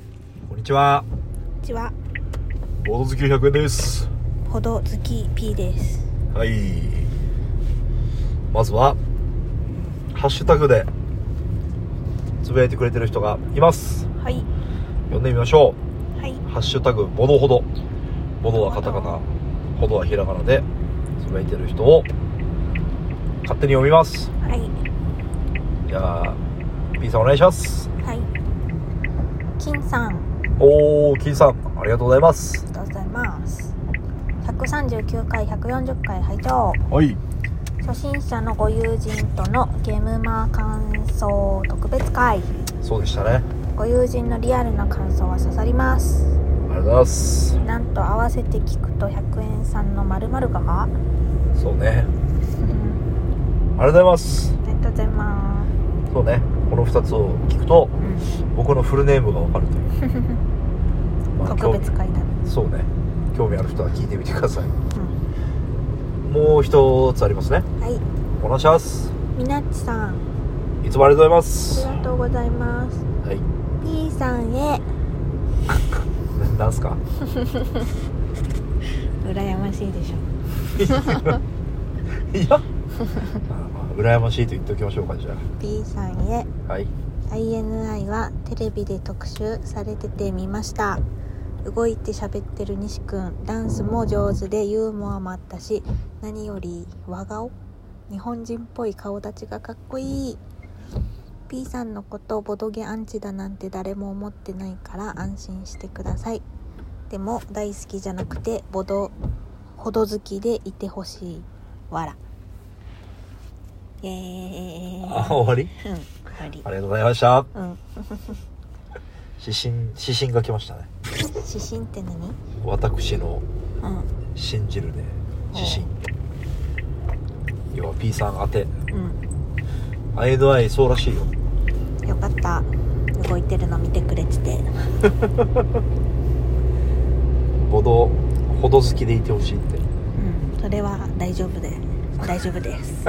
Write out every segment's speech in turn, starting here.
ちは。こんにちはボード好き100円です。ほど好き P ですはい。まずは、ハッシュタグで、つぶやいてくれてる人がいます。はい読んでみましょ。はいうハッシュタグ、ボドほど。ボドはカタカナ、ほどはひらがなで、つぶやいてる人を、勝手に読みます。はいじゃあ、P さんお願いします。はい金さんおー、金さん、ありがとうございますあ。りがとうございます139回140回拝聴はい。初心者のご友人とのゲームマー感想特別会そうでしたね。ありご友人のリアルな感想は刺さりますがとうございます。なんと合わせて聞くと100円さんの〇〇がそうね。うんありがとうございます。ありがとうございまそうねこの2つを聞くとす、僕のフルネームがわかるという、まあ特別会だ、興味そうね興味ある人は聞いてみてくださいうんもう一つありますねはいお願いしますみなっちさんいつもありがとうございまありすがとうございますはい P さんへななんすか羨ましいでしょいやあまあ羨ましいと言っておきましょうかじゃ P さんへあはい INI はテレビで特集されてて見ました動いて喋ってる西くんダンスも上手でユーモアもあったし何より和顔日本人っぽい顔立ちがかっこいい P さんのことボドゲアンチだなんて誰も思ってないから安心してくださいでも大好きじゃなくてボドほど好きでいてほしいわらイエーイあ終わりうん終わりありがとうございましたうん指針指針が来ましたね指針って何？私のう信じるね指針要は P さん宛てん、 INI そうらしいようん、よかった。動いてるの見てくれてて。ほどほど好きでいてほしいってうん、それは大丈夫で、大丈夫です。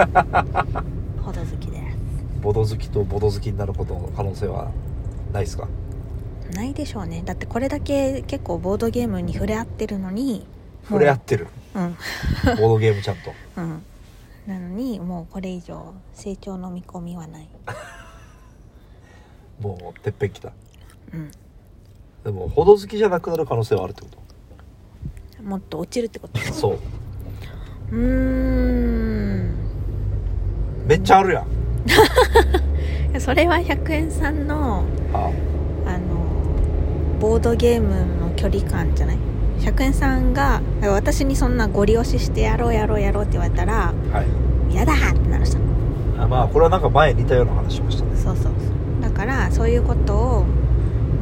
ほど好きでボド好きとボド好きになることの可能性はないですかす。ないでしょうね。だってこれだけ結構ボードゲームに触れ合ってるのに、触れ合ってる、うん、ボードゲームちゃんとうん、なのにもうこれ以上成長の見込みはない。もうてっぺん来たうん、でもほど好きじゃなくなる可能性はあるってこもっと落ちるってこと。とそううーん、めっちゃあるやんいやそれは100円さんのああのボードゲームの距離感じゃない100円さんが私にそんなゴリ押ししてやろうやろうやろうって言われたらはい嫌だーってなるじゃんあまあこれはなんか前似たような話しましたねそうそうそうだからそういうことを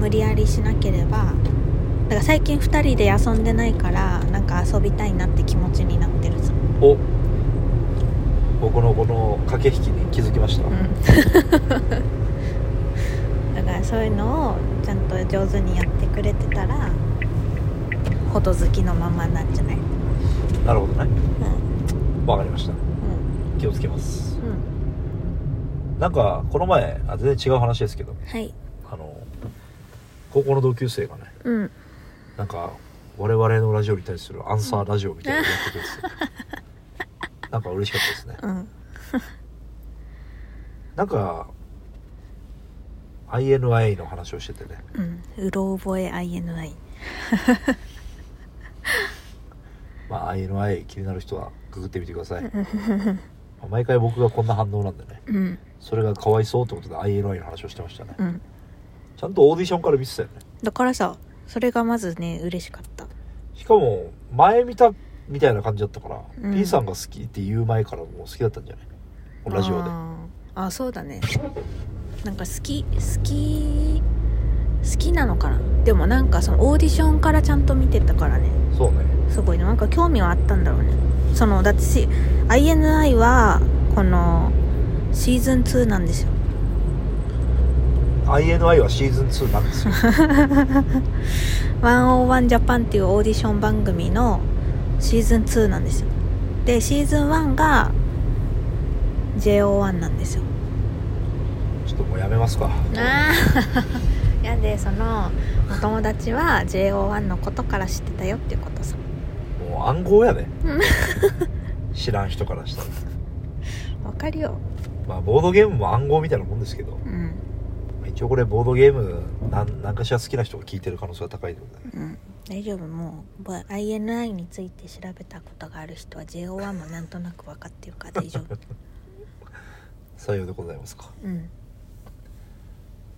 無理やりしなければだから最近2人で遊んでないからなんか遊びたいなって気持ちになってるさ、お僕のこの駆け引きに気づきました、 だからそういうのをちゃんと上手にやってくれてたらほど好きのままなんじゃないなるほどねうわかりましたんうん気をつけますうんなんかこの前あ全然違う話ですけどはい。あの高校の同級生がねうん。なんか我々のラジオに対するアンサーラジオみたいなのやってくれて てなんか嬉しかったですねうん。なんか INI の話をしててねうん。うろ覚え INI。まあ INI 気になる人はググってみてく ださいまあ毎回僕がこんな反応なんでねうん。それがかわいそうってことで INI の話をしてましたねうん。ちゃんとオーディションから見てたよねだからさ、それがまずね、嬉しかった。しかも前見たみたいな感じだったから、うん P さんが好きって言う前からもう好きだったんじゃないラジオであーあ、そうだね。なんか好き、好き、好きなのかな。でもなんかそのオーディションからちゃんと見てたからね。そうねすごいね。なんか興味はあったんだろうね。その、だってし、INI は、この、シーズン2なんですよ。 INI はシーズン2なんですよ101ジャパンっていうオーディション番組のシーズン2なんですよでシーズン1が JO1 なんですよちょっともうやめますか ああやなんでそのお友達は JO1 のことから知ってたよっていうことさもう暗号やね う知らん人からしたらわかるよまあボードゲームも暗号みたいなもんですけどうん一応これボードゲームなん何かしら好きな人が聞いてる可能性が高いのでうん大丈夫もうぼ INI について調べたことがある人は JO1 もなんとなく分かってるから大丈 夫採用でございますかうん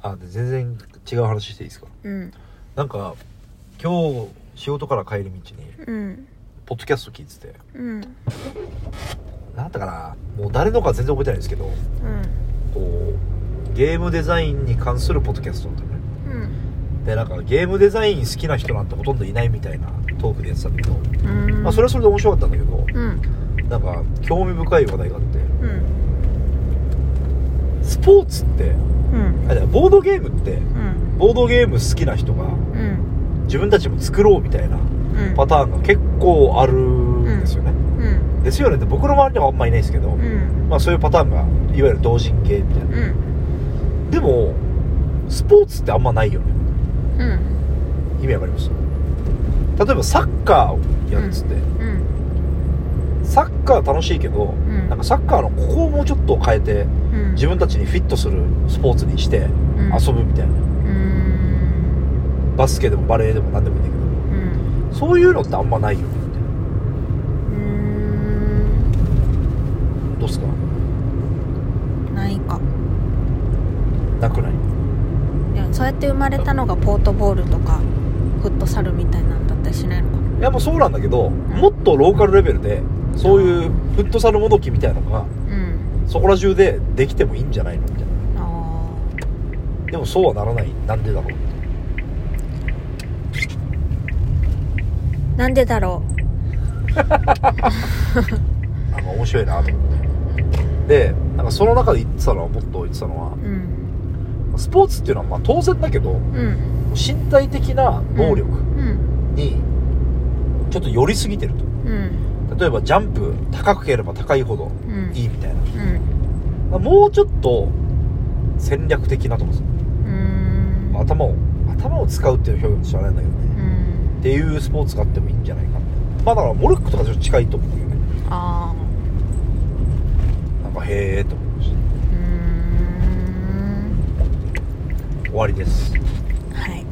あで全然違う話していいですかうんなんか今日仕事から帰り道にうんポッドキャスト聞いててうん何だったかなもう誰のか全然覚えてないんですけどうんこうゲームデザインに関するポッドキャストだったのねうんでなんかゲームデザイン好きな人なんてほとんどいないみたいなトークでやってたんだけど、うんまあ、それはそれで面白かったんだけどうんなんか興味深い話題があってうんスポーツってうんあじゃあボードゲームってうんボードゲーム好きな人がうん自分たちも作ろうみたいなうんパターンが結構あるんですよね、うんですよねって僕の周りにはあんまいないですけど、うんまあ、そういうパターンがいわゆる同人系みたいなうんでもスポーツってあんまないよねうん意味わかります例えばサッカーをやるっつって、うんサッカー楽しいけどうんなんかサッカーのここをもうちょっと変えてうん自分たちにフィットするスポーツにしてうん遊ぶみたいな、うんバスケでもバレーでも何でもいいんだけうんどそういうのってあんまないよねみたいなうーどうっすかんないかなくないいやそうやって生まれたのがポートボールとかフットサルみたいなんだったりしないのかいやもうそうなんだけどもっとローカルレベルでそういうフットサルもどきみたいなのがうんそこら中でできてもいいんじゃないのみたいなあでもそうはならないなんでだろうーなんでだろなんか面白いなと思ってでなんかその中で言ってたのはもっと言ってたのはううんスポーツっていうのはまあ当然だけどうん身体的な能力うんにちょっと寄りすぎてるとうん例えばジャンプ高ければ高いほどうんいいみたいな、うんまあもうちょっと戦略的なと思うんですようーんまあ頭を頭を使うっていう表現としてはないんだけどねうんっていうスポーツがあってもいいんじゃないかなまあだからモルックとかちょっと近いと思うんだよねあーなんかへえと思いましうーんた終わりですはい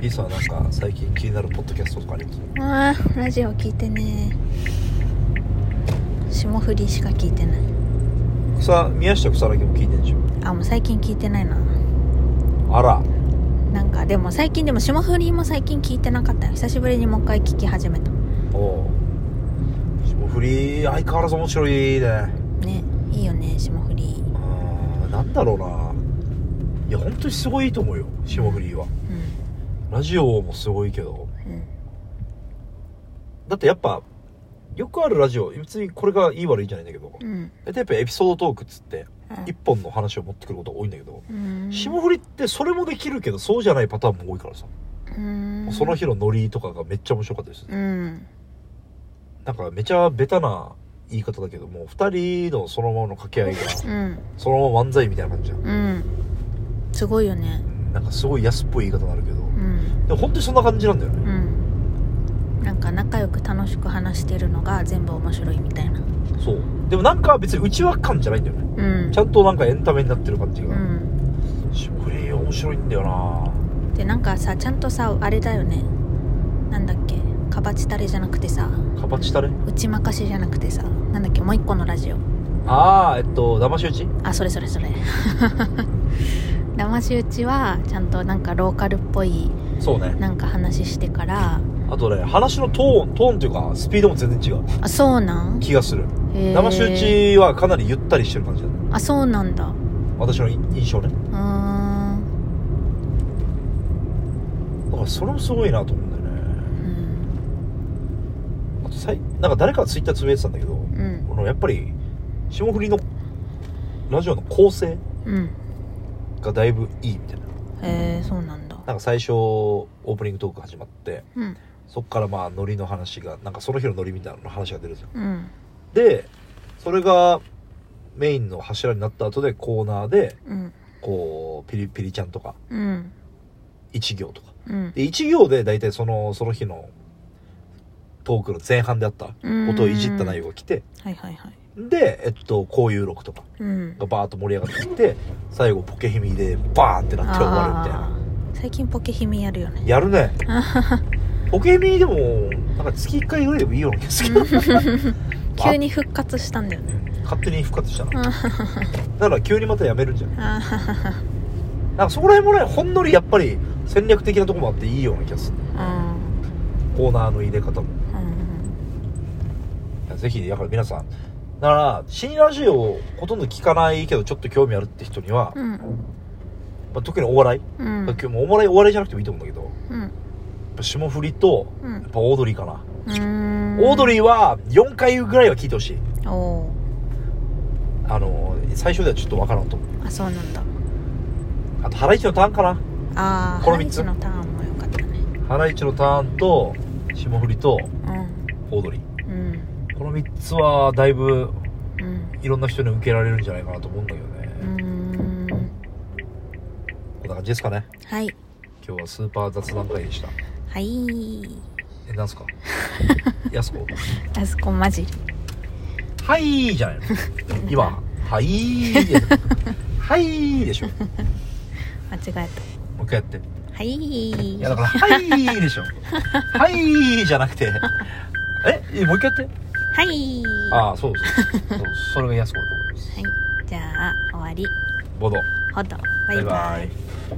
B さんはなんか最近気になるポッドキャストとかありますあーラジオ聞いてね霜降りしか聞いてない草宮下草薙も聞いてんでしょあもう最近聞いてないなあらなんかでも最近でも霜降りも最近聞いてなかったよ久しぶりにもう一回聞き始めたおお霜降り相変わらず面白いねねいいよね霜降りあーなんだろうないや本当にすごいいいと思うよ霜降りはうラジオもすごいけどんうんだってやっぱよくあるラジオ別にこれがいい悪いじゃないんだけどうん大体やっぱエピソードトークっつって一本の話を持ってくることが多いんだけどうん霜降りってそれもできるけどそうじゃないパターンも多いからさ、うんその日のノリとかがめっちゃ面白かったです、うんなんかめちゃベタな言い方だけども2人のそのままの掛け合いがうんそのまま漫才みたいな感じじゃんうんすごいよねうんなんかすごい安っぽい言い方になるけどうんでも本当にそんな感じなんだよねうんなんか仲良く楽しく話してるのが全部面白いみたいなそうでもなんか別に内輪感じゃないんだよねうんちゃんとなんかエンタメになってる感じうが、ん霜降り面白いんだよなでなんかさちゃんとさあれだよねなんだっけかばちたれじゃなくてさかばちたれ打ちまかしじゃなくてさなんだっけもう一個のラジオああえっと騙し討ちあそれそれそれ 騙し討ちはちゃんとなんかローカルっぽいそうねなんか話してからあとね話のトーントーンというかスピードも全然違うあそうなん気がするへー騙し討ちはかなりゆったりしてる感じだねあそうなんだう私の印象ねーんだからそれもすごいなと思うんだよねうんあとさいなんか誰かがツイッターつぶやいてたんだけどうんこのやっぱり霜降りのラジオの構成うんがだいぶいいみたいなへえそうなんだなんか最初オープニングトーク始まってうんそっからまあノリの話がなんかその日のノリみたいなの話が出るんですようんでそれがメインの柱になった後でコーナーでうんこペリペリちゃんとかうん1行とかうんで1行で大体そのその日のトークの前半であった音をいじった内容が来てはいはいはいでえっとこういう録とかうんがバーッと盛り上がってきて最後ポケヒミでバーンってなって終わるみたいなあー最近ポケ姫やるよねやるねポケミでもなんか月1回ぐらいでもいいような気がするけど急に復活したんだよね勝手に復活したなあーだから急にまたやめるんじゃんあーなんかそこら辺もねほんのりやっぱり戦略的なとこもあっていいような気がするうんコーナーの入れ方もうんぜひだから皆さんだから新ラジオをほとんど聞かないけどちょっと興味あるって人には、うんまあ、特にお笑い、うんまあ今日もお笑いお笑いじゃなくてもいいと思うんだけどやうんっぱ霜降りとうやんっぱオードリーかな、うーんオードリーは4回ぐらいは聞いてほしいおーあの最初ではちょっとわからんと思うあそうなんだあとハライチのターンかなああこの三つのターンも良かったねハライチのターンと霜降りとうオードリーんうんこの3つはだいぶうんいろんな人に受けられるんじゃないかなと思うんだけどね、うーんこんな感じですかねはい今日はスーパー雑談会でしたはいえなんすか やすこあそこマジはいじゃないの今はいではいでしょも間違えう一回やってたはいいやだからはいでしょはいじゃなくてえもう一回やってはいああそうそうそうそれがやすこのところですはいじゃあ終わりボドほどババイイババイイ